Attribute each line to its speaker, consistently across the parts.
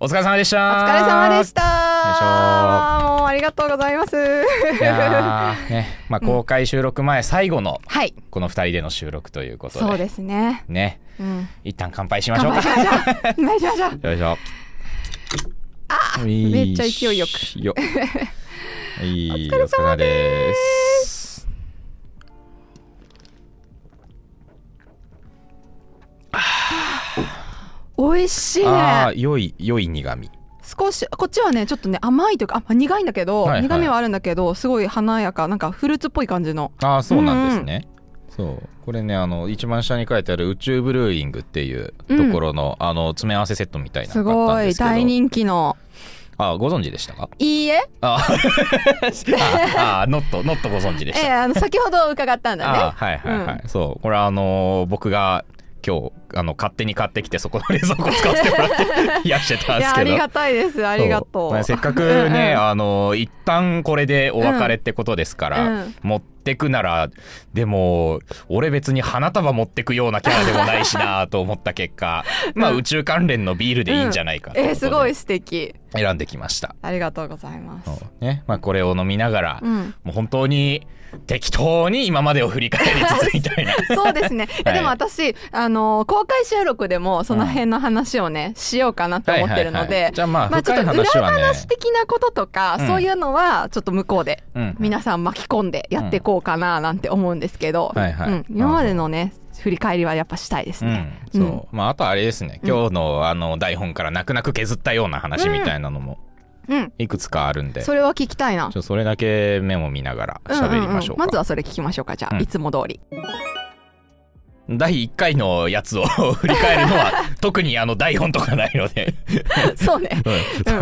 Speaker 1: お疲れ様でした。
Speaker 2: お疲れ様でした。
Speaker 1: よ
Speaker 2: もうありがとうございます。
Speaker 1: いやーね、まあ
Speaker 2: うん
Speaker 1: 公開収録前最後の
Speaker 2: はい、
Speaker 1: この二人での収録ということで、
Speaker 2: そうですね。
Speaker 1: ね、
Speaker 2: うん。
Speaker 1: 一旦乾杯しましょ
Speaker 2: 乾
Speaker 1: う
Speaker 2: 杯
Speaker 1: か
Speaker 2: し。ましょう。乾杯しましょう。
Speaker 1: よいしょ。あ、
Speaker 2: めっちゃ勢いよく
Speaker 1: よ。 いいお疲れ様です。
Speaker 2: 美味しい
Speaker 1: あ
Speaker 2: ね
Speaker 1: あ、良い良い苦味。
Speaker 2: 少しこっちはねちょっとね甘いというかあ苦いんだけど、
Speaker 1: はいはい
Speaker 2: 苦味はあるんだけどすごい華やかなんかフルーツっぽい感じの
Speaker 1: ああ、そうなんですね。そうこれねあの一番下に書いてある宇宙ブルーイングっていうところの、あの詰め合わせセットみたいな
Speaker 2: す
Speaker 1: のがあった
Speaker 2: ご
Speaker 1: んで
Speaker 2: い
Speaker 1: すけど
Speaker 2: 大人気の
Speaker 1: あご存知でしたか
Speaker 2: いいえ
Speaker 1: あ ああノットノットご存知でし
Speaker 2: ええ
Speaker 1: た、
Speaker 2: あの先ほど伺ったんだ ね
Speaker 1: あはいはいはい、そうこれあのー僕が今日あの勝手に買ってきてそこの冷蔵庫使わせてもらって 冷やしてたん
Speaker 2: い
Speaker 1: です
Speaker 2: や
Speaker 1: け
Speaker 2: あ
Speaker 1: ど
Speaker 2: りがたいですありがと
Speaker 1: そうまあせっかく
Speaker 2: うんうん
Speaker 1: ね、あのー一旦これでお別れってことですから、
Speaker 2: うん
Speaker 1: 持ってくならでも俺別に花束持ってくようなキャラでもないしなと思った結果、まあ
Speaker 2: うん
Speaker 1: 宇宙関連のビールでいいんじゃないかと
Speaker 2: え
Speaker 1: い
Speaker 2: ー
Speaker 1: う
Speaker 2: す
Speaker 1: こと
Speaker 2: ごい
Speaker 1: で
Speaker 2: 素敵
Speaker 1: 選んできました。
Speaker 2: ありがとうございます
Speaker 1: そうねまあ、これを飲みながら、
Speaker 2: うん
Speaker 1: もう本当に適当に今までを振り返りつつみたいな
Speaker 2: そうですね、いや
Speaker 1: はい
Speaker 2: でも私あの公開収録でもその辺の話をね、しようかなと思ってる
Speaker 1: はい
Speaker 2: ので、
Speaker 1: はいはいじゃあまあ
Speaker 2: まあちょっ
Speaker 1: 深い
Speaker 2: と裏
Speaker 1: 話はね、
Speaker 2: 話的なこととか、
Speaker 1: うん
Speaker 2: そういうのはちょっと向こうで
Speaker 1: うん
Speaker 2: 皆さん巻き込んでやっていこうかななんて思うんですけど、
Speaker 1: うんはいはい
Speaker 2: うん今までのね振り返りはやっぱしたいですね。
Speaker 1: うん、
Speaker 2: うん
Speaker 1: そう、まあ、あとあれですね今日のあの台本から泣く泣く削ったような話みたいなのも
Speaker 2: うん、
Speaker 1: いくつかあるんで、
Speaker 2: それは聞きたいな
Speaker 1: ち。ょそれだけメモ見ながら喋りましょうか、
Speaker 2: んんんまずはそれ聞きましょうかじゃあ、
Speaker 1: うん
Speaker 2: いつも通り
Speaker 1: 第1回のやつを振り返るの は特にあの台本とかないので、
Speaker 2: そう ね
Speaker 1: うん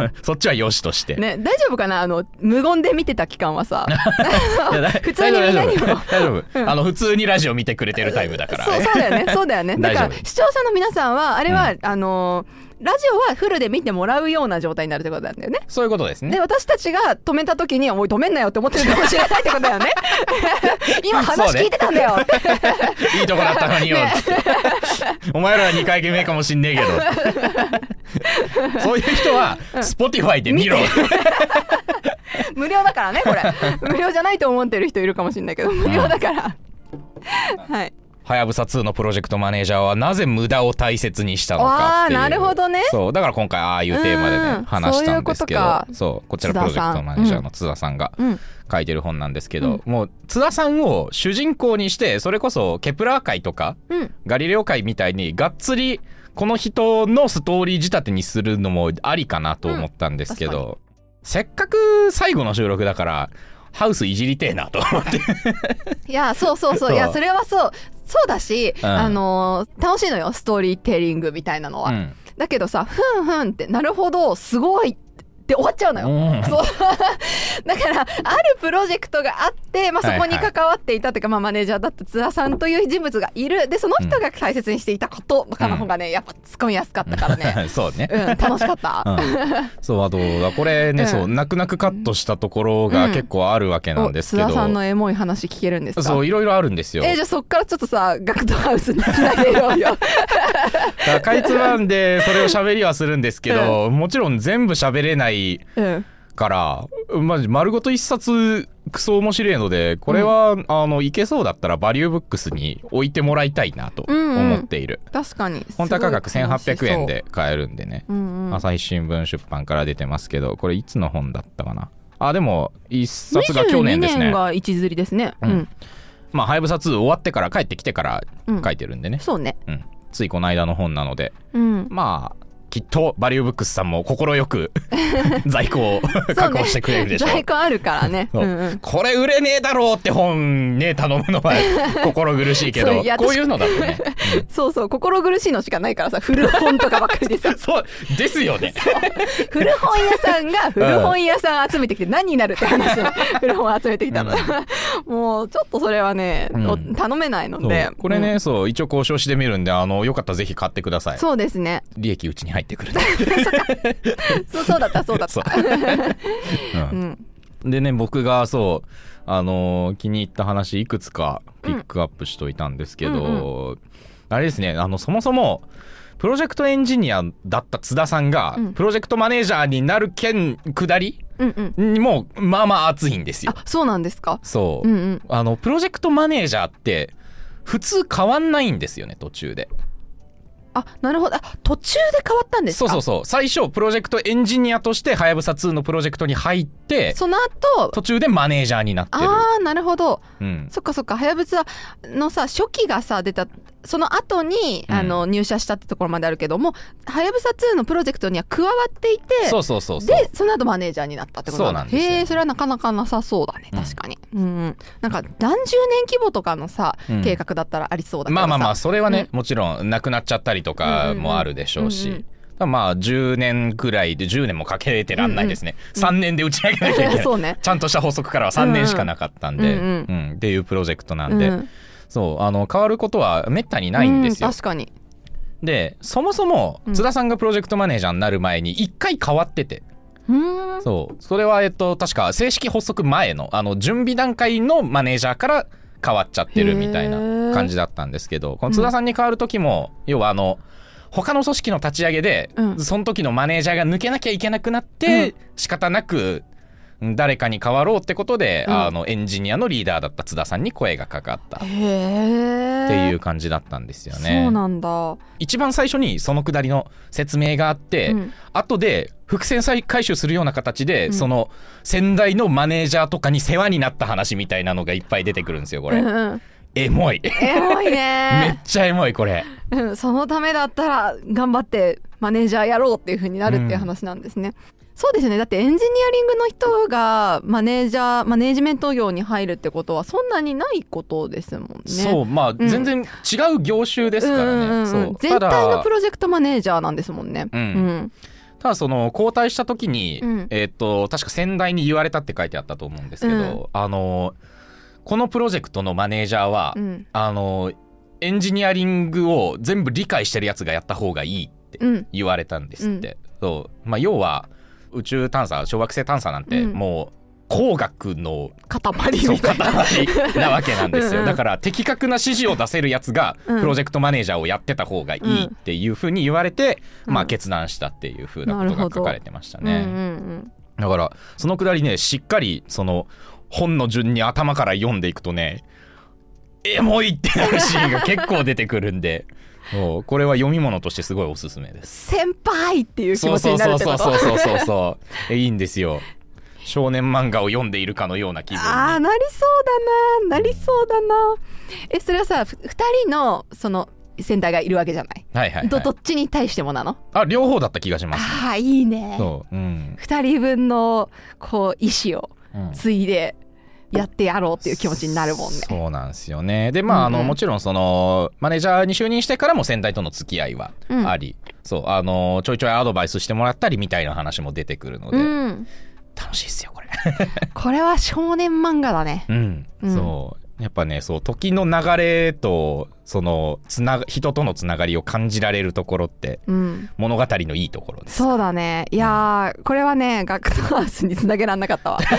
Speaker 2: う
Speaker 1: そっちはよしとして、
Speaker 2: ね大丈夫かなあの無言で見てた期間はさ
Speaker 1: いやだ
Speaker 2: 普通にみんなに
Speaker 1: 大
Speaker 2: も
Speaker 1: 丈夫大丈夫あの普通にラジオ見てくれてるタイムだから、
Speaker 2: そうそうだ よねそうだよねだ
Speaker 1: 大
Speaker 2: から
Speaker 1: 丈夫
Speaker 2: 視聴者の皆さんはあれは、あのラジオはフルで見てもらうような状態になるってことなんだよね
Speaker 1: そういうことですね
Speaker 2: で私たちが止めた時に「おい止めんなよ」って思ってるかもしれないってことだよ ね今話聞いてたんだよ、
Speaker 1: いいとこだったのによ、
Speaker 2: ね
Speaker 1: つって お前らは2回目かもしんねえけどそういう人は Spotify で見ろ
Speaker 2: 無料だからねこ れ無料じゃないと思ってる人いるかもしれないけど無料だから、はい
Speaker 1: はやぶさ2のプロジェクトマネージャーはなぜ無駄を大切にしたのか
Speaker 2: あ
Speaker 1: っ
Speaker 2: ー
Speaker 1: ていう
Speaker 2: なるほどね
Speaker 1: そうだから今回ああいうテーマで
Speaker 2: う
Speaker 1: ね
Speaker 2: ん
Speaker 1: 話したんですけど
Speaker 2: そういう
Speaker 1: そ
Speaker 2: こと
Speaker 1: うこちら
Speaker 2: か
Speaker 1: プロジェクトマネージャーの津田さんが
Speaker 2: うん
Speaker 1: 書いてる本なんですけど、もう津田さんを主人公にしてそれこそケプラー界とか
Speaker 2: うん
Speaker 1: ガリレオ界みたいにがっつりこの人のストーリー仕立てにするのもありかなと思ったんですけ
Speaker 2: うん確
Speaker 1: ど、せっかく最後の収録だからハウスいじりてえなと思って
Speaker 2: いやそうそうそうい
Speaker 1: そ
Speaker 2: や
Speaker 1: う
Speaker 2: それはそうそうだし、
Speaker 1: うん
Speaker 2: あの楽しいのよストーリーテリングみたいなのは、
Speaker 1: うん
Speaker 2: だけどさふんふんってなるほどすごいって終わっちゃうのよ、
Speaker 1: うん
Speaker 2: そうだからあるプロジェクトがあって、まあ、そこに
Speaker 1: はいはい
Speaker 2: 関わっていたというか、まあ、マネージャーだった津田さんという人物がいるでその人が大切にしていたこととかの方がね、やっぱ突っ込みやすかったか らね
Speaker 1: そうね
Speaker 2: うん楽しかった、
Speaker 1: うんそうあとこれね、
Speaker 2: うん
Speaker 1: そう泣く泣くカットしたところが
Speaker 2: うん
Speaker 1: 結構あるわけなん
Speaker 2: お
Speaker 1: ですけど、
Speaker 2: 津田さんのエモい話聞けるんですか
Speaker 1: そういろいろあるんですよ。
Speaker 2: えじゃあそっからちょっとさガクトハウスにつなげよ うよ
Speaker 1: だからかいつまんでそれを喋りはするんですけ ど、もちろん全部喋れない
Speaker 2: うん
Speaker 1: から、まじ丸ごと一冊クソ面白いので、これは、あのいけそうだったらバリューブックスに置いてもらいたいなと
Speaker 2: うんうん
Speaker 1: 思っている。
Speaker 2: 確かに
Speaker 1: 本当は価格
Speaker 2: すごい楽しそう
Speaker 1: 1800円で買えるんでね。
Speaker 2: うんうん
Speaker 1: 朝日新聞出版から出てますけど、これいつの本だったかな。あでも一冊が去年です
Speaker 2: 22
Speaker 1: ね
Speaker 2: 年。が一釣りですね
Speaker 1: う
Speaker 2: うんん、
Speaker 1: まあ、ハイブサ2終わってから帰ってきてから
Speaker 2: うん
Speaker 1: 書いてるんでね、
Speaker 2: そうね
Speaker 1: うんついこの間の本なので、
Speaker 2: うん
Speaker 1: まあ、きっとバリューブックスさんも快く 在庫を 確保してくれるでしょう。
Speaker 2: 在庫あるからね。
Speaker 1: そう
Speaker 2: うんうん
Speaker 1: これ売れねえだろうって本ね頼むの は心苦しいけ
Speaker 2: そ
Speaker 1: ど
Speaker 2: ういや
Speaker 1: こういうのだと ね、
Speaker 2: そうそう、心苦しいのしかないからさ、古本とかばっかりで さ
Speaker 1: うん、そうですよね
Speaker 2: 古本屋さんが古本屋さん集めてきて何になるって話を古本集めてきたの。もうちょっとそれはね、
Speaker 1: うん
Speaker 2: お頼めないので
Speaker 1: そう。これね、
Speaker 2: うん
Speaker 1: そう一応交渉してみるんであのよかったらぜひ買ってください
Speaker 2: そうですね。
Speaker 1: 利益うちに入ってくるんで
Speaker 2: そうそうだった、そうだっ
Speaker 1: そう
Speaker 2: た。
Speaker 1: うん
Speaker 2: うん。
Speaker 1: でね僕がそうあのー気に入った話いくつかピックアップしといたんですけど、
Speaker 2: うんう
Speaker 1: あれですねあのそもそもプロジェクトエンジニアだった津田さんが、
Speaker 2: うん
Speaker 1: プロジェクトマネージャーになる件下り
Speaker 2: うんうん。
Speaker 1: にもまあまあ熱いんですよ
Speaker 2: あ、そうなんですか。
Speaker 1: そう、
Speaker 2: うんうん。
Speaker 1: あのプロジェクトマネージャーって普通変わんないんですよね途中で
Speaker 2: あ、なるほど。あ、途中で変わったんです
Speaker 1: そう
Speaker 2: か。
Speaker 1: そう
Speaker 2: そ
Speaker 1: そう最初プロジェクトエンジニアとしてはやぶさ2のプロジェクトに入って
Speaker 2: その後。
Speaker 1: 途中でマネージャーになってる、
Speaker 2: ああ、なるほど。
Speaker 1: うん、
Speaker 2: そっかそっか。はやぶさのさ、初期がさ、出た、その後に、
Speaker 1: うん
Speaker 2: あの、入社したってところまであるけども、はやぶさ2のプロジェクトには加わっていて、
Speaker 1: そうそうそうそう
Speaker 2: で、その後マネージャーになったってことだ
Speaker 1: そうなんですよ
Speaker 2: へえ、それはなかなかなさそうだね。
Speaker 1: うん
Speaker 2: 確かに。うん。うん、なんか、何十年規模とかのさ、
Speaker 1: うん
Speaker 2: 計画だったらあり そうだけど
Speaker 1: まあ
Speaker 2: さ。
Speaker 1: まあまあ
Speaker 2: あ
Speaker 1: それはね、もちろんなくなっちゃったりとかもあるでしょうし、
Speaker 2: うんうんうん
Speaker 1: だからまあ10年くらいで10年もかけてらんないですね、3年で打ち上げなきゃいけない
Speaker 2: そうね。
Speaker 1: ちゃんとした法則からは3年しかなかったんで、
Speaker 2: う
Speaker 1: うんん
Speaker 2: う
Speaker 1: っていうプロジェクトなんで、
Speaker 2: う
Speaker 1: そうあの変わることはめったにないんですよ
Speaker 2: う。確かに。
Speaker 1: でそもそも
Speaker 2: うん
Speaker 1: 津田さんがプロジェクトマネージャーになる前に1回変わってて、
Speaker 2: うーん。
Speaker 1: そうそれはえっと確か正式発足前のあの準備段階のマネージャーから変わっちゃってるみたい
Speaker 2: へー
Speaker 1: な感じだったんですけどこの津田さんに変わる時も、要はあの他の組織の立ち上げで、
Speaker 2: うん
Speaker 1: その時のマネージャーが抜けなきゃいけなくなって、仕方なくうん誰かに変わろうってことで、
Speaker 2: うん
Speaker 1: あのエンジニアのリーダーだった津田さんに声がかかったっ
Speaker 2: へえ。
Speaker 1: ていうう感じだったんですよ
Speaker 2: そ
Speaker 1: ね
Speaker 2: う。なんだ。
Speaker 1: 一番最初にそのくだりの説明があって、
Speaker 2: うん
Speaker 1: 後で伏線再回収するような形で、
Speaker 2: うん
Speaker 1: その先代のマネージャーとかに世話になった話みたいなのがいっぱい出てくるんですよこれ、
Speaker 2: うんうん
Speaker 1: エモい
Speaker 2: エモい
Speaker 1: めっ
Speaker 2: ね、
Speaker 1: ちゃエモいこれ
Speaker 2: うん。そのためだったら頑張ってマネージャーやろうっていう風になるっていう話なんですね。そうですよねだってエンジニアリングの人がマネージャーマネージメント業に入るってことはそんなにないことですもんね。
Speaker 1: そうまあ、
Speaker 2: ん
Speaker 1: 全然違う業種ですからね、
Speaker 2: うんうんうん
Speaker 1: そう
Speaker 2: 全
Speaker 1: た
Speaker 2: 体の
Speaker 1: だ
Speaker 2: プロジェクトマネージャーなんですもんね。
Speaker 1: うん
Speaker 2: うん
Speaker 1: ただその交代した時に、
Speaker 2: うん
Speaker 1: えーっと確か先代に言われたって書いてあったと思うんですけど、
Speaker 2: うん
Speaker 1: あのこのプロジェクトのマネージャーは、
Speaker 2: うん
Speaker 1: あのエンジニアリングを全部理解してるやつがやった方がいいって
Speaker 2: うん
Speaker 1: 言われたんですって、そうまあ、要は宇宙探査小惑星探査なんて
Speaker 2: うん
Speaker 1: もう工学の
Speaker 2: 塊
Speaker 1: そう
Speaker 2: みたいな。
Speaker 1: 塊なわけなんです
Speaker 2: うんう
Speaker 1: よ
Speaker 2: ん
Speaker 1: だから的確な指示を出せるやつが
Speaker 2: うん
Speaker 1: プロジェクトマネージャーをやってた方がいいっていうふうに言われて、
Speaker 2: うん
Speaker 1: まあ、決断したっていうふうなことが書かれてました
Speaker 2: うんうん
Speaker 1: ね。
Speaker 2: うん
Speaker 1: だからそのくだりねしっかりその本の順に頭から読んでいくとねエモいって なるシーンが結構出てくるんでもうこれは読み物としてすごいおすすめです。
Speaker 2: 先輩っていう 気
Speaker 1: そう
Speaker 2: 持ち
Speaker 1: そ
Speaker 2: に
Speaker 1: う
Speaker 2: なる
Speaker 1: そう
Speaker 2: ってこ
Speaker 1: そ
Speaker 2: と
Speaker 1: うそうそうそうそうえいいんですよ少年漫画を読んでいるかのような気分に
Speaker 2: ああなりそうだななりそうだなえそれはさふ二人のその先代がいるわけじゃない、
Speaker 1: はいはい、は
Speaker 2: ど
Speaker 1: い
Speaker 2: ど、っちに対してもなの
Speaker 1: あ両方だった気がします
Speaker 2: ああいいね
Speaker 1: そううん、
Speaker 2: 二人分のこう意思を
Speaker 1: うん
Speaker 2: 継いでやってやろうっていう気持ちになるもんね
Speaker 1: そうなんですよねでまあ,、
Speaker 2: うん
Speaker 1: あ
Speaker 2: うん
Speaker 1: のもちろんそのマネージャーに就任してからも先代との付き合いは
Speaker 2: うん
Speaker 1: あり、そうあのちょいちょいアドバイスしてもらったりみたいな話も出てくるので、
Speaker 2: うん、
Speaker 1: 楽しいっすよこれ
Speaker 2: これは少年漫画だね
Speaker 1: うん、
Speaker 2: うん
Speaker 1: そうやっぱねそう時の流れとそのつなが人とのつながりを感じられるところって
Speaker 2: うん
Speaker 1: 物語のいいところです
Speaker 2: そうだねいやーこれはね学徒ハウスにつなげらんなかった わせ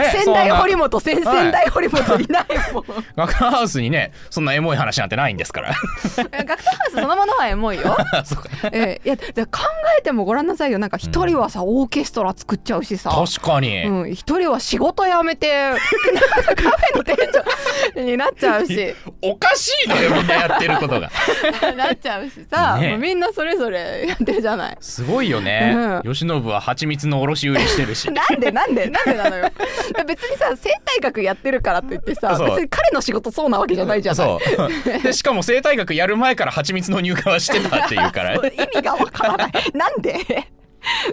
Speaker 1: え
Speaker 2: 先
Speaker 1: そん
Speaker 2: 代
Speaker 1: な
Speaker 2: 堀本先
Speaker 1: はい
Speaker 2: 先代堀本いないもん
Speaker 1: 学ランハウスにねそんなエモい話なんてないんですから
Speaker 2: 学徒ハウスそのものはエモいよ、
Speaker 1: そうか
Speaker 2: えーいやで考えてもご覧なさいよなんか一人はさ、オーケストラ作っちゃうしさ
Speaker 1: 確かに、
Speaker 2: うん、一人は仕事辞めて なんかカフェの店長になっちゃう し
Speaker 1: おかしいのよみんなやってることが
Speaker 2: なっちゃうしさ、
Speaker 1: ね
Speaker 2: もうみんなそれぞれやってるじゃない
Speaker 1: すごいよね、
Speaker 2: う
Speaker 1: 吉信は蜂蜜の卸売りしてるし
Speaker 2: なんでなんでなんでなのよ 別にさ生態学やってるからといってさ
Speaker 1: そう
Speaker 2: 別に彼の仕事そうなわけじゃ ないじゃない
Speaker 1: そうでしかも生態学やる前から蜂蜜の入荷はしてたっていうから
Speaker 2: そう意味がわからない なんで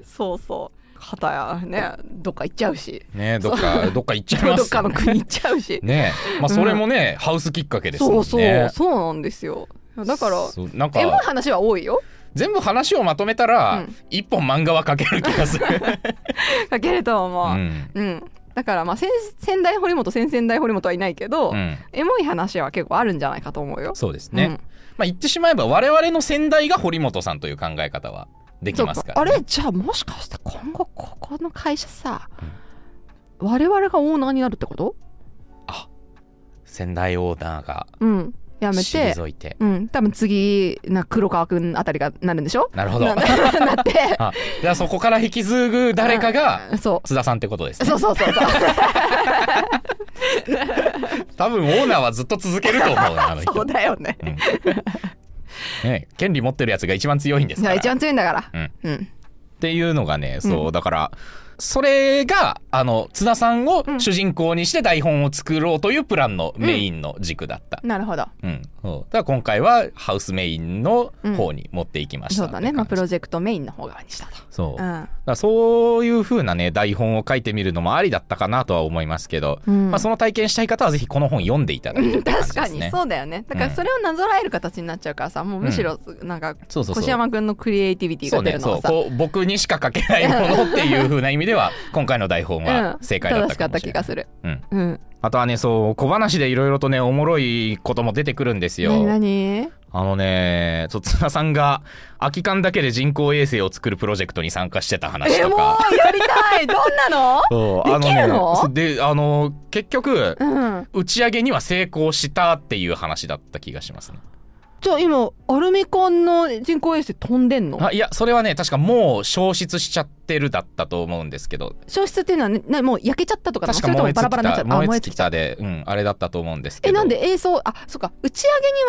Speaker 2: そうそう片やねどっか行っちゃうし
Speaker 1: ねどっかどっか行っちゃいます
Speaker 2: どっかの国行っちゃうし、
Speaker 1: ねまあそれもね、ハウスきっかけですもん
Speaker 2: そ
Speaker 1: ね
Speaker 2: うそうそうなんですよだから
Speaker 1: そうなん
Speaker 2: エモい
Speaker 1: か
Speaker 2: 話は多いよ
Speaker 1: 全部話をまとめたら、
Speaker 2: うん
Speaker 1: 一本漫画は描ける気が する、
Speaker 2: だけれど
Speaker 1: う
Speaker 2: もうん、
Speaker 1: ん
Speaker 2: だからまあ先先代堀本先々代堀本はいないけど、
Speaker 1: うん、
Speaker 2: エモい話は結構あるんじゃないかと思うよ
Speaker 1: そうですね、
Speaker 2: うん
Speaker 1: まあ言ってしまえば我々の先代が堀本さんという考え方はできますから、ね、
Speaker 2: そうあれじゃあもしかして今後ここの会社さ、我々がオーナーになるってこと
Speaker 1: 先代オーナーが
Speaker 2: うんやめて
Speaker 1: 退いて
Speaker 2: うん多分次な黒川くんあたりがなるんでしょ
Speaker 1: なるほど
Speaker 2: なな って
Speaker 1: あじゃあそこから引き継ぐ誰かが
Speaker 2: うんそ
Speaker 1: 津田さんってことです
Speaker 2: う
Speaker 1: ね
Speaker 2: そうそうそうそう
Speaker 1: 多分オーナーはずっと続けると思うなあの人
Speaker 2: そうだよね
Speaker 1: うん ね、権利持ってるやつが一番強いんです
Speaker 2: い
Speaker 1: か
Speaker 2: や
Speaker 1: ら
Speaker 2: 一番強いんだから
Speaker 1: うん
Speaker 2: うん
Speaker 1: っていうのがねそう、
Speaker 2: う
Speaker 1: だからそれがあの津田さんを
Speaker 2: うん
Speaker 1: 主人公にして台本を作ろうというプランのメインの軸だった、
Speaker 2: なるほど
Speaker 1: うんそうだから今回はハウスメインの方に持っていきました
Speaker 2: そ
Speaker 1: っ
Speaker 2: う
Speaker 1: て
Speaker 2: だ
Speaker 1: 感じ、
Speaker 2: ねまあプロジェクトメインの方側にしたと
Speaker 1: そう
Speaker 2: う
Speaker 1: だか
Speaker 2: ん
Speaker 1: らそういう風なね台本を書いてみるのもありだったかなとは思いますけど、
Speaker 2: うん
Speaker 1: まあ、その体験したい方はぜひこの本読んでいただいてって感じ
Speaker 2: 確
Speaker 1: で
Speaker 2: か
Speaker 1: す
Speaker 2: に
Speaker 1: ね
Speaker 2: そうだよねだからそれをなぞらえる形になっちゃうからさもうむしろなんか
Speaker 1: そうそうそう
Speaker 2: 越山くんのクリエイティビティ
Speaker 1: そ
Speaker 2: が
Speaker 1: う
Speaker 2: 出
Speaker 1: ね
Speaker 2: るの
Speaker 1: そ
Speaker 2: が
Speaker 1: う
Speaker 2: さ
Speaker 1: こう僕にしか書けないものっていう風な意味で は今回の台本は
Speaker 2: うん
Speaker 1: 正解だっ
Speaker 2: 正
Speaker 1: た
Speaker 2: しか
Speaker 1: か
Speaker 2: っ
Speaker 1: も
Speaker 2: た
Speaker 1: しれな
Speaker 2: 気
Speaker 1: い、
Speaker 2: がする
Speaker 1: うん
Speaker 2: うん
Speaker 1: あとはねそう小話でいろいろとねおもろいことも出てくるんですよ
Speaker 2: 何何
Speaker 1: あのねそう津田さんが空き缶だけで人工衛星を作るプロジェクトに参加してた話
Speaker 2: え
Speaker 1: と
Speaker 2: も
Speaker 1: か
Speaker 2: うやりたいどんなの
Speaker 1: そうあの
Speaker 2: できるの
Speaker 1: そうであの結局
Speaker 2: うん
Speaker 1: 打ち上げには成功したっていう話だった気がしますね
Speaker 2: じゃあ今アルミ缶の人工衛星飛んでんの
Speaker 1: あいやそれはね確かもう消失しちゃってるだったと思うんですけど
Speaker 2: 消失っていうのは、ね、なもう焼けちゃったとかなの
Speaker 1: 確
Speaker 2: そ
Speaker 1: か燃
Speaker 2: れとも
Speaker 1: え尽
Speaker 2: バ
Speaker 1: き
Speaker 2: ラバラになっちゃ
Speaker 1: た
Speaker 2: ったあ
Speaker 1: 燃え
Speaker 2: 燃え
Speaker 1: 尽
Speaker 2: 尽
Speaker 1: き
Speaker 2: きた
Speaker 1: たで、うん、あれだったと思うんですけ
Speaker 2: え
Speaker 1: ど
Speaker 2: なんで映像あそっか打ち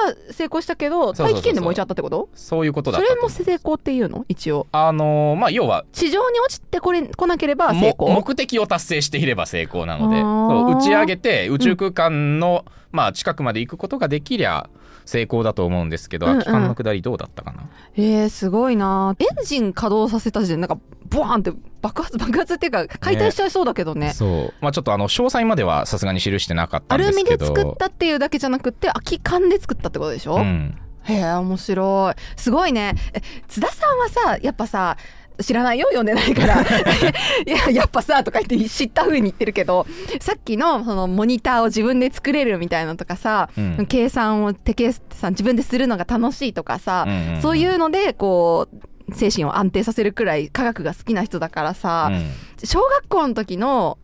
Speaker 2: 上げには成功したけ
Speaker 1: そ
Speaker 2: ど
Speaker 1: うそうそうそう
Speaker 2: 大気圏で燃えちゃったってこと
Speaker 1: そういうことだ
Speaker 2: そ
Speaker 1: った
Speaker 2: れ
Speaker 1: と思
Speaker 2: も
Speaker 1: う
Speaker 2: 成功っていうの一応
Speaker 1: あのーまあ要は
Speaker 2: 地上に落ちてこれ来なければ成
Speaker 1: も
Speaker 2: 功
Speaker 1: 目的を達成していれば成功なの
Speaker 2: あ
Speaker 1: で
Speaker 2: ー
Speaker 1: そう打ち上げて宇宙空間の、まあ、近くまで行くことができりゃ成功だと思うんですけど
Speaker 2: うんうん
Speaker 1: 空き缶の下りどうだったかな、
Speaker 2: えー、すごいなエンジン稼働させた時点でなんかボワーンって爆発爆発っていうか解体しちゃいそうだけどね
Speaker 1: そう、まあ、ちょっとあの詳細まではさすがに記してなかった
Speaker 2: ア
Speaker 1: んで
Speaker 2: ル
Speaker 1: す
Speaker 2: ミ
Speaker 1: け
Speaker 2: で
Speaker 1: ど
Speaker 2: 作ったっていうだけじゃなくて空き缶で作ったってことでしょ、
Speaker 1: うん、
Speaker 2: へえ面白いすごいねえ津田さんはさやっぱさ知らないよ読んでないから いややっぱさとか言って知った風に言ってるけどさっきのそのモニターを自分で作れるみたいなのとかさ、
Speaker 1: うん
Speaker 2: 計算を手計算自分でするのが楽しいとかさ、
Speaker 1: んん
Speaker 2: そういうのでこう精神を安定させるくらい科学が好きな人だからさ、
Speaker 1: うん
Speaker 2: 小学校の時の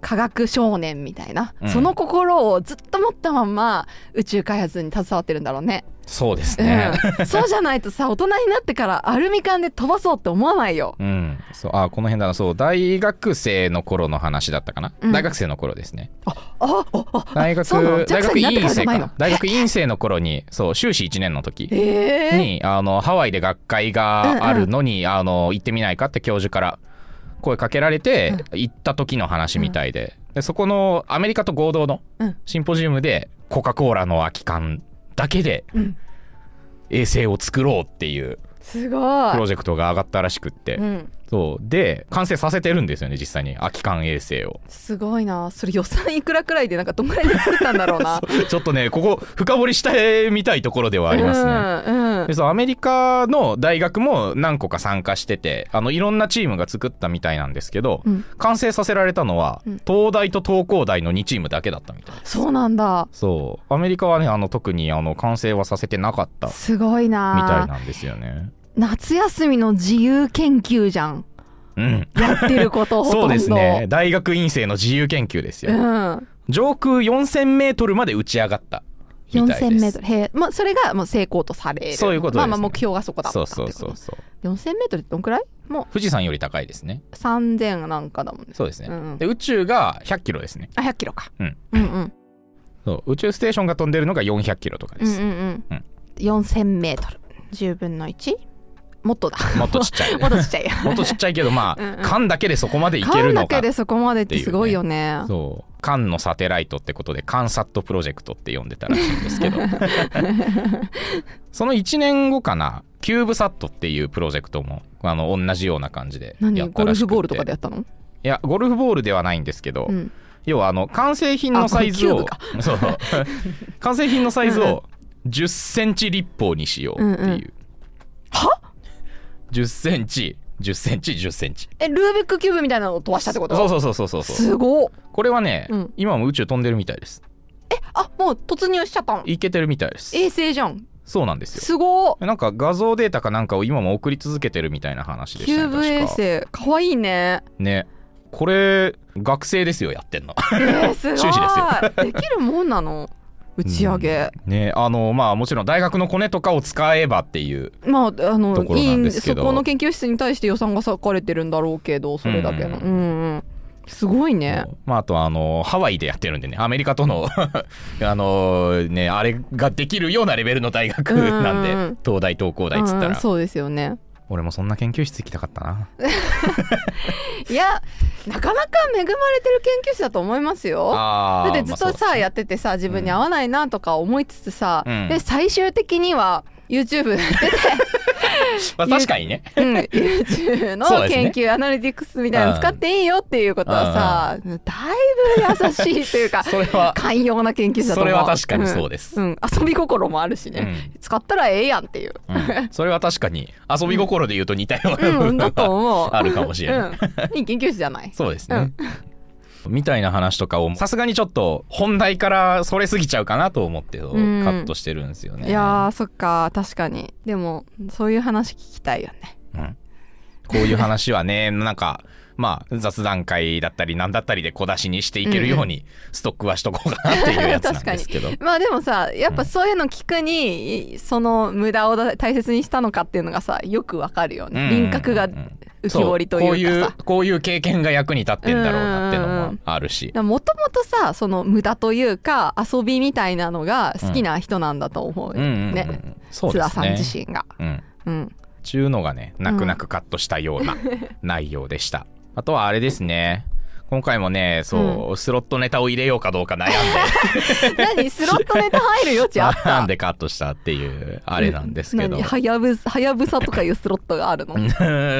Speaker 2: 科学少年みたいな、
Speaker 1: うん
Speaker 2: その心をずっと持ったまんま宇宙開発に携わってるんだろうね。
Speaker 1: そうですね、
Speaker 2: うん、 そうじゃないとさ大人になってからアルミ缶で飛ばそうって思わないよ。
Speaker 1: うん、そうあこの辺だなそう大学生の頃の話だったかな、
Speaker 2: うん
Speaker 1: 大学生の頃ですね
Speaker 2: あああ
Speaker 1: 大学
Speaker 2: そうなの
Speaker 1: 大学院
Speaker 2: ジャ
Speaker 1: 生か
Speaker 2: クソンになってからじゃないの
Speaker 1: な大学院生の頃にそう修士1年の時
Speaker 2: ええ
Speaker 1: にあのハワイで学会があるのに、あの行ってみないかって教授から声かけられて、行った時の話みたいで,、でそこのアメリカと合同の
Speaker 2: うん
Speaker 1: シンポジウムでコカ・コーラの空き缶だけで
Speaker 2: うん
Speaker 1: 衛星を作ろうっていう
Speaker 2: すご
Speaker 1: プロ
Speaker 2: い。
Speaker 1: ジェクトが上がったらしくって、
Speaker 2: うん、
Speaker 1: そうで完成させてるんですよね実際に空き缶衛星を
Speaker 2: すごいなそれ予算いくらくらいでなんかどんぐらいで作ったんだろ うな
Speaker 1: ちょっとねここ深掘りしてみたいところではありますね、
Speaker 2: うんうん
Speaker 1: でそうアメリカの大学も何個か参加しててあのいろんなチームが作ったみたいなんですけど、
Speaker 2: うん
Speaker 1: 完成させられたのは、
Speaker 2: うん
Speaker 1: 東大と東工大の2チームだけだったみたいです
Speaker 2: そうなんだ
Speaker 1: そうアメリカはねあの特にあの完成はさせてなかったみ
Speaker 2: すごいな
Speaker 1: たいなんですよね
Speaker 2: 夏休みの自由研究じゃん
Speaker 1: うん
Speaker 2: やってるこ とほとんど
Speaker 1: そうですね大学院生の自由研究ですよ、
Speaker 2: うん
Speaker 1: 上空4000メートルまで打ち上がったみたい
Speaker 2: 4000
Speaker 1: です
Speaker 2: メートルへえ、まあ、それがもう成功とされる
Speaker 1: そういうことですね
Speaker 2: まあまあ目標がそこだった
Speaker 1: そう
Speaker 2: って
Speaker 1: そ
Speaker 2: こ
Speaker 1: う
Speaker 2: と
Speaker 1: そうそう
Speaker 2: 4000メートルってどんくらいも
Speaker 1: 富士山より高いですね
Speaker 2: う3000なんかだもんね
Speaker 1: そうですね、
Speaker 2: うん
Speaker 1: で宇宙が100キロですね
Speaker 2: あ100キロか、
Speaker 1: うん
Speaker 2: うんうん
Speaker 1: そう宇宙ステーションが飛んでるのが400キロとか
Speaker 2: う
Speaker 1: で
Speaker 2: ん
Speaker 1: す、
Speaker 2: うん
Speaker 1: う
Speaker 2: うんん4000メートル10分の1もっとだ
Speaker 1: もっとちっちゃい
Speaker 2: もっとちっちゃいや
Speaker 1: もっとちっちゃいけどまあ
Speaker 2: うんうん
Speaker 1: 缶だけでそこまでいける
Speaker 2: 缶
Speaker 1: の
Speaker 2: だけ
Speaker 1: か
Speaker 2: でそこまでってすごいよね
Speaker 1: そう缶のサテライトってことで缶サットプロジェクトって呼んでたらしいんですけ どその1年後かなキューブサットっていうプロジェクトもあの同じような感じでや
Speaker 2: 何
Speaker 1: った
Speaker 2: ゴ
Speaker 1: ら
Speaker 2: ル
Speaker 1: しくて
Speaker 2: フボールとかでやったの、
Speaker 1: いやゴルフボールではないんですけど、
Speaker 2: うん、
Speaker 1: 要はあの完成品のサイズ
Speaker 2: あ
Speaker 1: を
Speaker 2: こ
Speaker 1: そう 完成品のサイズを1 0ンチ立方にしようっていう、
Speaker 2: うんうん
Speaker 1: 1 0ンチ1 0ンチ1 0ンチ
Speaker 2: えルービックキューブみたいなのを飛ばしたってこと
Speaker 1: そうそうそうそうそうそう
Speaker 2: すごっ
Speaker 1: これはね、
Speaker 2: うん
Speaker 1: 今も宇宙飛んでるみたいです
Speaker 2: あもう突入しちゃったの
Speaker 1: いけてるみたいです
Speaker 2: 衛星じゃん
Speaker 1: そうなんですよ
Speaker 2: すごっ
Speaker 1: なんか画像データかなんかを今も送り続けてるみたいな話で
Speaker 2: キ
Speaker 1: し
Speaker 2: ュ
Speaker 1: たね
Speaker 2: ーブ衛
Speaker 1: 確か
Speaker 2: 星かわいいね
Speaker 1: ね これ学生ですよやってんの
Speaker 2: えー、すごい
Speaker 1: 終始
Speaker 2: できるもんなの打ち上げ、
Speaker 1: ねあのまあもちろん大学のコネとかを使えばっていう
Speaker 2: まああの
Speaker 1: ところなんですけ
Speaker 2: そ
Speaker 1: ど
Speaker 2: この研究室に対して予算が割かれてるんだろうけどそれだけの、
Speaker 1: う
Speaker 2: うんんうんすごいね
Speaker 1: まあ、あとはあのハワイでやってるんでねアメリカとの あの、ね、あれができるようなレベルの大学なんで、
Speaker 2: うんうん
Speaker 1: 東大東工大っつった
Speaker 2: うん
Speaker 1: ら、
Speaker 2: そうですよね
Speaker 1: 俺もそんな研究室行きたかったない
Speaker 2: やなかなか恵まれてる研究室だと思いますよ
Speaker 1: あ
Speaker 2: だ
Speaker 1: ー
Speaker 2: ってずっ
Speaker 1: まあ
Speaker 2: と
Speaker 1: そう
Speaker 2: さ、やっててさ自分に合わないなとか思いつつさ、
Speaker 1: うん
Speaker 2: で最終的には YouTube
Speaker 1: まあ確かにね
Speaker 2: うん、YouTube の
Speaker 1: そうですね
Speaker 2: 研究、アナリティクスみたいなの使っていいよっていうことはさ、だいぶ優しいというか
Speaker 1: それは
Speaker 2: 寛容な研究者だと思う
Speaker 1: それは確かにそうです
Speaker 2: んうん遊び心もあるしね、使ったらええやんっていう、
Speaker 1: うんうんそれは確かに遊び心で言うと似た ような部
Speaker 2: うん、
Speaker 1: 分
Speaker 2: だと
Speaker 1: が
Speaker 2: 思う
Speaker 1: あるかもしれない、
Speaker 2: うん、いい研究者じゃない
Speaker 1: そうですね、みたいな話とかをさすがにちょっと本題からそれすぎちゃうかなと思ってカ
Speaker 2: ん
Speaker 1: ットしてるんですよね、
Speaker 2: いやーそっか確かにでもそういう話聞きたいよね
Speaker 1: うんこういう話はねなんかまあ雑談会だったりなんだったりで小出しにしていけるようにストックはしとこうかなっていうやつなんですけど、
Speaker 2: まあでもさやっぱそういうの聞くに、その無駄をだ大切にしたのかっていうのがさよくわかるよね、
Speaker 1: うん
Speaker 2: 輪郭が浮き彫りというかさ
Speaker 1: そうこういうこういう経験が役に立ってんだろうなってのもあるし、
Speaker 2: もともとさその無駄というか遊びみたいなのが好きな人なんだと思う
Speaker 1: うんうんうん
Speaker 2: ね、
Speaker 1: そう
Speaker 2: 津
Speaker 1: で
Speaker 2: 田
Speaker 1: す
Speaker 2: さん
Speaker 1: ね
Speaker 2: 自身が。
Speaker 1: うん
Speaker 2: うん、
Speaker 1: ちゅうのがね泣く泣くカットしたよ うな内容でした、あとはあれですね今回もねそう、スロットネタを入れようかどう か悩んで
Speaker 2: 何スロットネタ入る 余地あっ
Speaker 1: 悩ん
Speaker 2: た
Speaker 1: でカットしたっていうあれなんですけど、
Speaker 2: 何はやぶはやぶさとかいうスロットがあるのあ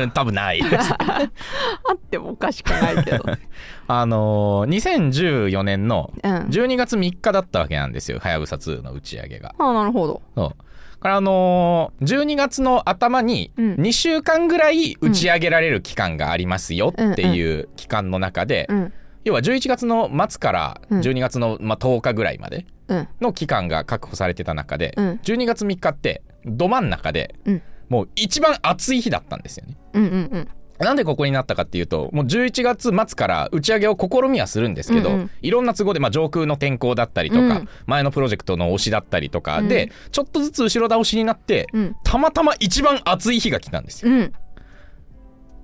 Speaker 1: うん多分 ないです。
Speaker 2: ってもおかしくな いけど、
Speaker 1: あのー、2014年の
Speaker 2: うん、
Speaker 1: 12月3日だったわけなんですよ、はやぶさ2の打ち上げが。
Speaker 2: ああなるほど
Speaker 1: そうからあのー、12月の頭に
Speaker 2: うん
Speaker 1: 2週間ぐらい打ち上げられる期間がありますよっていう期間の中で、
Speaker 2: うん
Speaker 1: 要は11月の末から
Speaker 2: うん
Speaker 1: 12月の、まあ、10日ぐらいまで
Speaker 2: うん
Speaker 1: の期間が確保されてた中で、
Speaker 2: うん
Speaker 1: 12月3日ってど真ん中で、
Speaker 2: うん
Speaker 1: もう一番暑い日だったんですよね。
Speaker 2: うんうんうん
Speaker 1: なんでここになったかっていうともう11月末から打ち上げを試みはするんですけど、
Speaker 2: うんうん
Speaker 1: いろんな都合で、まあ、上空の天候だったりとか、
Speaker 2: うん
Speaker 1: 前のプロジェクトの推しだったりとかで、
Speaker 2: う
Speaker 1: ちょっとずつ後ろ倒しになって
Speaker 2: うん
Speaker 1: たまたま一番暑い日が来たんですよ。
Speaker 2: うん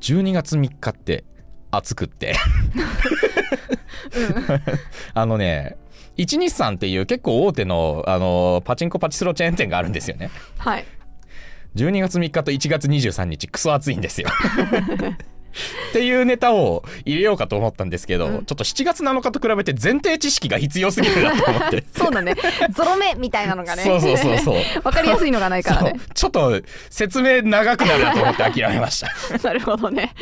Speaker 1: 12月3日って暑くって あのね一日さんっていう結構大手のあのパチンコパチスロチェーン店があるんですよね。
Speaker 2: はい
Speaker 1: 12月3日と1月23日クソ暑いん ですよ。っていうネタを入れようかと思ったんですけど、
Speaker 2: うん。
Speaker 1: ちょっと7月7日と比べて前提知識が必要すぎるなと思って
Speaker 2: そうだねゾロ目みたいなのがね
Speaker 1: そうそうそうそう。
Speaker 2: わかりやすいのがないからね
Speaker 1: そうちょっと説明長くなるなと思って諦めました。
Speaker 2: なるほどね。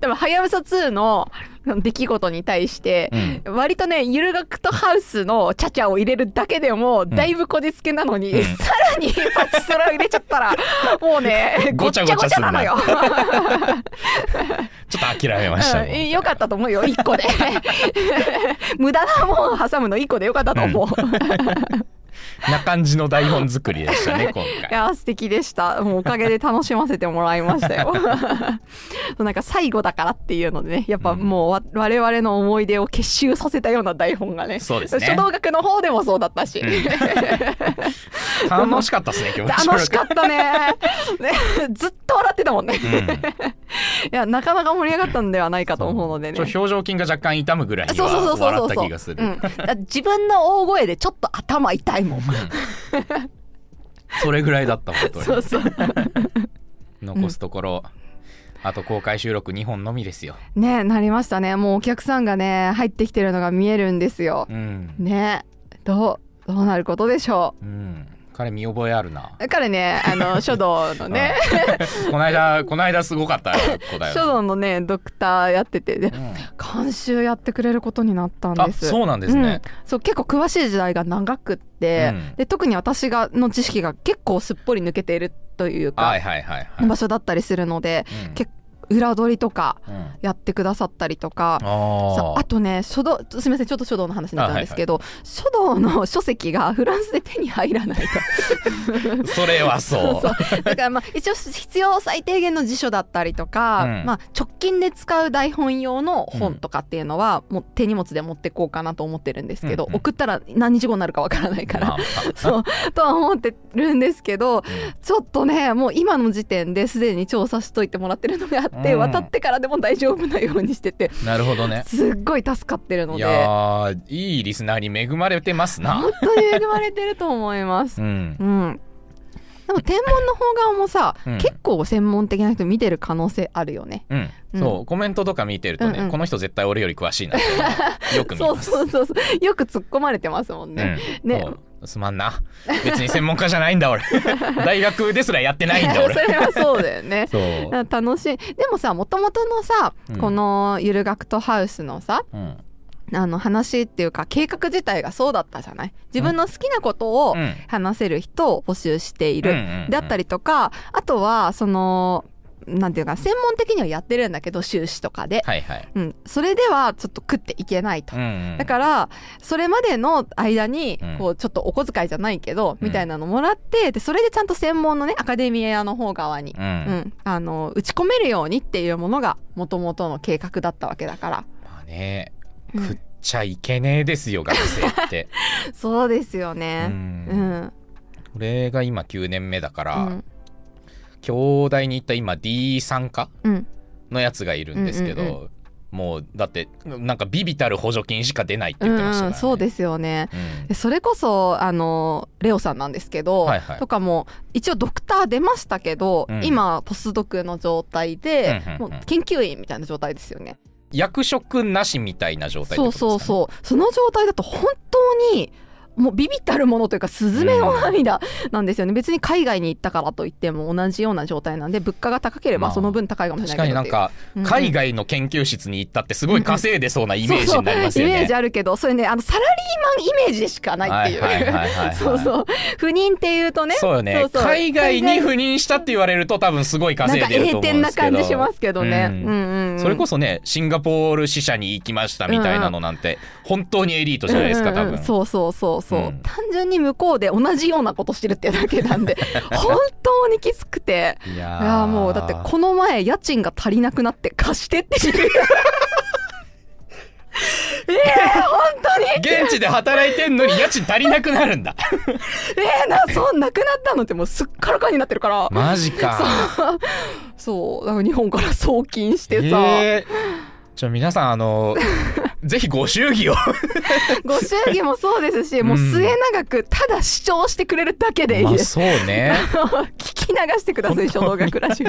Speaker 2: でも、はやぶさ2の出来事に対して、割とね、ゆるがくとハウスのチャチャを入れるだけでも、だいぶこじつけなのに、
Speaker 1: うん
Speaker 2: さらにパチスロ入れちゃっ たら、もうね、ご
Speaker 1: ご
Speaker 2: っ
Speaker 1: ち
Speaker 2: ち
Speaker 1: ゃ
Speaker 2: ゃ
Speaker 1: ごちゃ
Speaker 2: ごちゃなのよ。
Speaker 1: ちょっと諦めました。
Speaker 2: う、
Speaker 1: もうん
Speaker 2: よかったと思うよ、1個で。 無駄なもん挟むの1個でよかったと思う。
Speaker 1: な感じの台本作りでしたね、今
Speaker 2: い
Speaker 1: 回。
Speaker 2: やー素敵でした。もうおかげで楽しませてもらいました よ。なんか最後だからっていうのでね、やっぱもうわ我々の思い出を結集させたような台本がね、
Speaker 1: そうですね
Speaker 2: 書道学の方でもそうだったし、
Speaker 1: 楽しかったですね、今日。
Speaker 2: 楽しかったねね。ずっと笑ってたもんね。い
Speaker 1: うん
Speaker 2: やなかなか盛り上がったんではないかと思うのでね。
Speaker 1: ちょっと表情筋が若干痛むぐらいに
Speaker 2: そうそ
Speaker 1: は
Speaker 2: うそうそう
Speaker 1: 笑
Speaker 2: そ
Speaker 1: っ
Speaker 2: う
Speaker 1: た気がする。
Speaker 2: うんだから自分の大声でちょっと頭痛いもん。
Speaker 1: それぐらいだった、本当に。
Speaker 2: そうそう。
Speaker 1: 残すところ、あと公開収録2本のみですよ。
Speaker 2: ねなりましたね。もうお客さんがね入ってきてるのが見えるんですよ。
Speaker 1: うん。
Speaker 2: ねどうどうなることでしょ
Speaker 1: うん。彼見覚えあるな。
Speaker 2: う彼ね あの書道のね
Speaker 1: うん。 この間、この間すごかった子だよ。
Speaker 2: 書道のねドクターやっててで
Speaker 1: うん
Speaker 2: 監修やってくれることになったん
Speaker 1: あ、
Speaker 2: です
Speaker 1: そうなんですね。
Speaker 2: うんそう結構詳しい時代が長くっ
Speaker 1: う
Speaker 2: て、
Speaker 1: ん
Speaker 2: で特に私がの知識が結構すっぽり抜けているというか、
Speaker 1: はいはいはいはい。
Speaker 2: 場所だったりするので
Speaker 1: うん
Speaker 2: 結裏取りとか
Speaker 1: うんあ
Speaker 2: やってくださったりとかさ
Speaker 1: ー
Speaker 2: あとね書道すみませんちょっと書道の話になったんですけど、書道の書籍がフランスで手に入らない
Speaker 1: それは
Speaker 2: と
Speaker 1: そう
Speaker 2: そうだからまあ一応必要最低限の辞書だったりとか、
Speaker 1: うん
Speaker 2: まあ、直近で使う台本用の本とかっていうのは、もう手荷物で持ってこうかなと思ってるんですけど、
Speaker 1: うんうん
Speaker 2: 送ったら何日後になるかわからないから、
Speaker 1: まあまあ
Speaker 2: そうとは思ってるんですけど、
Speaker 1: ん
Speaker 2: ちょっとねもう今の時点ですでに調査しといてもらってるのがあって、
Speaker 1: うん
Speaker 2: 渡ってからでも大丈夫なようにしてて
Speaker 1: なるほどね
Speaker 2: すっごい助かってるの
Speaker 1: い
Speaker 2: で
Speaker 1: やーいいリスナーに恵まれてますな
Speaker 2: 本当に恵まれてると思います。
Speaker 1: うん
Speaker 2: うんでも天文の方側もさ、
Speaker 1: うん
Speaker 2: 結構専門的な人見てる可能性あるよね。
Speaker 1: うん、
Speaker 2: うん
Speaker 1: そうコメントとか見てるとね、
Speaker 2: うんうん
Speaker 1: この人絶対俺より詳しいなっていうの がよく見
Speaker 2: そ
Speaker 1: ま
Speaker 2: う
Speaker 1: す。
Speaker 2: そうそうそうよく突っ込まれてますもんね。
Speaker 1: うん
Speaker 2: ね
Speaker 1: そうすまんな別に専門家じゃないん だ俺大学ですらやってないんだ
Speaker 2: そ
Speaker 1: 俺
Speaker 2: れは そうだよね。
Speaker 1: そう、
Speaker 2: だから楽しいでもさもともとのさ、
Speaker 1: うん
Speaker 2: このゆる学徒ハウスのさ
Speaker 1: うん
Speaker 2: あの話っていうか計画自体がそうだったじゃない自分の好きなことを
Speaker 1: うん
Speaker 2: 話せる人を募集している、
Speaker 1: うんうんうん
Speaker 2: であったりとかあとはそのなんていうか専門的にはやってるんだけど修士とかで、
Speaker 1: はいはい、
Speaker 2: うん、それではちょっと食っていけないと。
Speaker 1: んん
Speaker 2: だからそれまでの間に
Speaker 1: うん
Speaker 2: こうちょっとお小遣いじゃないけど、
Speaker 1: うん
Speaker 2: みたいなのもらってでそれでちゃんと専門のねアカデミアの方側に、
Speaker 1: う
Speaker 2: うん
Speaker 1: ん
Speaker 2: あの打ち込めるようにっていうものがもともとの計画だったわけだから、
Speaker 1: まあね
Speaker 2: うん
Speaker 1: 食っちゃいけねえですよ学生って、
Speaker 2: そうですよ
Speaker 1: う
Speaker 2: ね。
Speaker 1: ん
Speaker 2: うん、
Speaker 1: 俺が今9年目だから、
Speaker 2: うん
Speaker 1: 京大に行った今 D3 か
Speaker 2: うん、
Speaker 1: のやつがいるんですけど、
Speaker 2: うんうん
Speaker 1: もうだってなんかビビたる補助金しか出ないって
Speaker 2: う
Speaker 1: 言ってましたから、
Speaker 2: んうん、
Speaker 1: ね
Speaker 2: そうですよね。
Speaker 1: うん
Speaker 2: でそれこそあのレオさんなんですけど、
Speaker 1: はいはい
Speaker 2: とかも一応ドクター出ましたけど、
Speaker 1: うん
Speaker 2: 今ポスドクの状態で、
Speaker 1: うんうんうん
Speaker 2: もう研究員みたいな状態ですよね。
Speaker 1: 役職なしみたいな状態って
Speaker 2: そ
Speaker 1: こ
Speaker 2: う
Speaker 1: と
Speaker 2: そう
Speaker 1: ですかね
Speaker 2: そうその状態だと本当にもうビビったるものというかスズメの涙なんですよね、別に海外に行ったからといっても同じような状態なんで物価が高けれ
Speaker 1: ま
Speaker 2: ば
Speaker 1: あ
Speaker 2: その分高いかもしれ
Speaker 1: 確
Speaker 2: な
Speaker 1: か
Speaker 2: いけ
Speaker 1: になんか
Speaker 2: どっていう、うん
Speaker 1: 海外の研究室に行ったってすごい稼いでそうなイメージになりますよ
Speaker 2: そうそうイメー
Speaker 1: ね
Speaker 2: ジ。あるけどそれねあのサラリーマンイメージでしかないっていう、
Speaker 1: はいはいはいはいはい
Speaker 2: そうそう不妊っていうとね
Speaker 1: そうよね
Speaker 2: そうそう
Speaker 1: 海外に赴任したって言われると多分すごい
Speaker 2: なん
Speaker 1: 稼い
Speaker 2: か
Speaker 1: でると
Speaker 2: 栄
Speaker 1: 思う
Speaker 2: 転
Speaker 1: んで
Speaker 2: な
Speaker 1: すけ
Speaker 2: 感
Speaker 1: ど
Speaker 2: じしますけどね、
Speaker 1: うん
Speaker 2: うんうんうん
Speaker 1: それこそねシンガポール支社に行きましたみたいなのなんて本当にエリートじゃないですか多
Speaker 2: うんうんう
Speaker 1: 分
Speaker 2: んそうそうそうそう、
Speaker 1: うん
Speaker 2: 単純に向こうで同じようなことしてるってだけな んで本当にきつくて
Speaker 1: いや
Speaker 2: いやーもうだってこの前家賃が足りなくなって貸してって言って ええ本当に
Speaker 1: 現地で働いてんのに家賃足りなくなるんだ
Speaker 2: えー、なそうなくなったのってもうすっからかんになってるから
Speaker 1: マジか
Speaker 2: そうだから日本から送金してさ、
Speaker 1: えーちょ皆さんあ のぜひご祝儀を
Speaker 2: ご祝儀もそうですし、もう末永くただ主張してくれるだけでいいです
Speaker 1: そうね
Speaker 2: 聞き流してください衝動学 ラジオ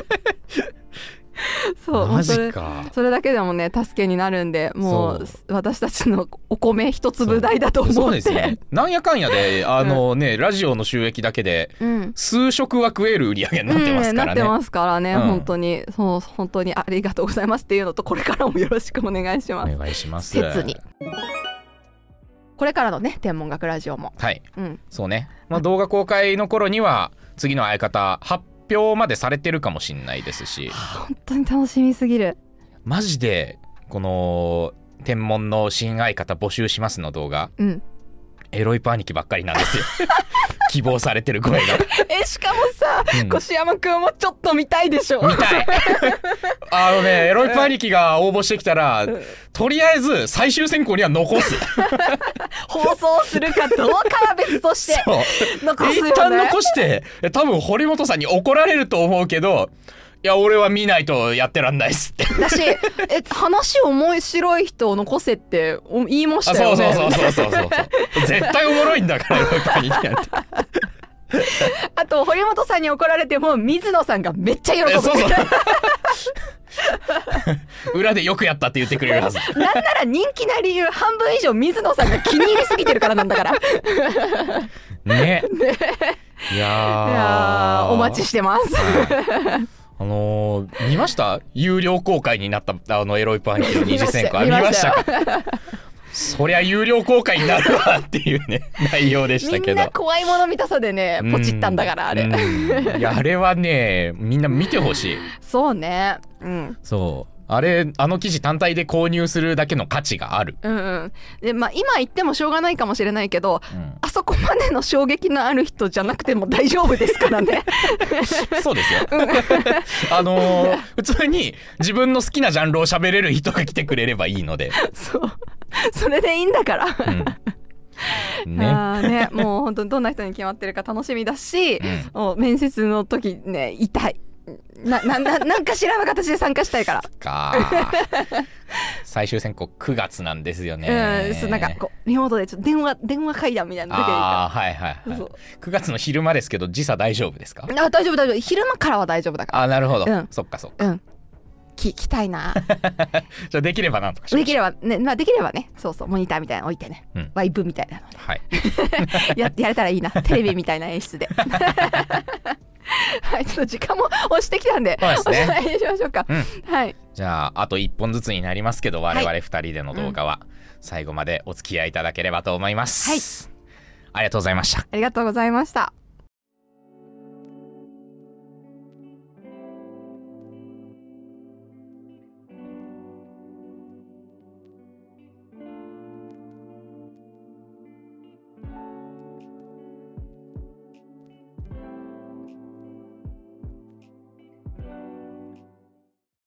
Speaker 2: そうも
Speaker 1: マ
Speaker 2: うそ
Speaker 1: ジ
Speaker 2: れ
Speaker 1: か
Speaker 2: それだけでもね助けになるんでもう
Speaker 1: そ
Speaker 2: 私たちのお米一粒代だと思って
Speaker 1: そうですよねなんやかんやであのね、ラジオの収益だけで
Speaker 2: うん
Speaker 1: 数食は食える売り上げになってますからね、
Speaker 2: うんなってますからね、
Speaker 1: うん
Speaker 2: 本当にそう本当にありがとうございますっていうのとこれからもよろしくお願いします、
Speaker 1: お願いします
Speaker 2: 切にこれからのね天文学ラジオも
Speaker 1: はい
Speaker 2: うん
Speaker 1: そうね、まあ、動画公開の頃には次の相方発表までされてるかもしれないですし
Speaker 2: 本当に楽しみすぎる
Speaker 1: マジでこの「天文の新相方募集します」の動画
Speaker 2: うん
Speaker 1: エロいパニキばっかりなんですよ 希望されてる声が、
Speaker 2: えしかもさ
Speaker 1: うん
Speaker 2: 越山くんもちょっと見たいでしょ
Speaker 1: 見た いあのねエロいパニキが応募してきたら
Speaker 2: ん
Speaker 1: とりあえず最終選考には残 す
Speaker 2: 放送するかどうかは別として
Speaker 1: そう
Speaker 2: 残すよね
Speaker 1: 一旦残してえ多分堀本さんに怒られると思うけどいや俺は見ないとやってらんないっすって
Speaker 2: だしえ話面白い人を残せってお言いまし
Speaker 1: あ
Speaker 2: た
Speaker 1: そ
Speaker 2: よ
Speaker 1: うそう
Speaker 2: ね
Speaker 1: そうそうそうそうそう絶対おもろいんだからやっぱり
Speaker 2: あと堀本さんに怒られても水野さんがめっちゃ喜ぶ
Speaker 1: そうそう 裏でよくやったって言ってくれるはず
Speaker 2: なんなら人気な理由半分以上水野さんが気に入りすぎてるからなんだから。い
Speaker 1: ねいやー
Speaker 2: やーお待ちしてます。
Speaker 1: あのー見ました有料公開になったあのエロいパンキの二次選考あ見
Speaker 2: 見
Speaker 1: ま
Speaker 2: ま
Speaker 1: し
Speaker 2: したた
Speaker 1: かそりゃ有料公開になるわっていうね 内容でした
Speaker 2: み
Speaker 1: け
Speaker 2: んな
Speaker 1: ど
Speaker 2: 怖いもの見たさでねポチったんだからあ
Speaker 1: う
Speaker 2: れ
Speaker 1: んいやあれはねみんな見てほ しい
Speaker 2: そうねうん
Speaker 1: そうあれあの記事単体で購入するだけの価値がある、
Speaker 2: うんうんでまあ今言ってもしょうがないかもしれないけど
Speaker 1: うん
Speaker 2: あそこまでの衝撃のある人じゃなくても大丈夫ですから ね
Speaker 1: そうですよ あのー普通に自分の好きなジャンルを喋れる人が来てくれればいいので、
Speaker 2: そう それでいいんだから
Speaker 1: うん、ね、
Speaker 2: あーねもう本当にどんな人に決まってるか楽しみだし
Speaker 1: う、ん
Speaker 2: もう面接の時ね痛いななな なんか知らな形で参加したいから、
Speaker 1: か 最終選考9月なんですよね
Speaker 2: うんそうなんかこうリモートでちょっと電話電話会談みたいなのだけでいい
Speaker 1: あ
Speaker 2: か
Speaker 1: あはいはい、はい
Speaker 2: そう、
Speaker 1: 9月の昼間ですけど時差大丈夫ですから
Speaker 2: あ大丈夫大丈夫昼間からは大丈夫だか
Speaker 1: あなるほど、
Speaker 2: うん
Speaker 1: そっかそっから
Speaker 2: うん聞きたいな
Speaker 1: じゃあできればなんとかしまし
Speaker 2: で
Speaker 1: ょ
Speaker 2: きればねまあできればねそうそうモニターみたいなの置いてね、
Speaker 1: うん
Speaker 2: ワイプみたいなの
Speaker 1: うはい
Speaker 2: ややれたらいいなテレビみたいな演出で はいちょっと時間も押してきたんで
Speaker 1: そうです
Speaker 2: お
Speaker 1: ね
Speaker 2: しまいにしましょうか、
Speaker 1: う
Speaker 2: はい
Speaker 1: じゃああと1本ずつになりますけど我々
Speaker 2: は
Speaker 1: 2人での動画は、最後までお付き合いいただければと思います、ありがとうございました
Speaker 2: ありがとうございました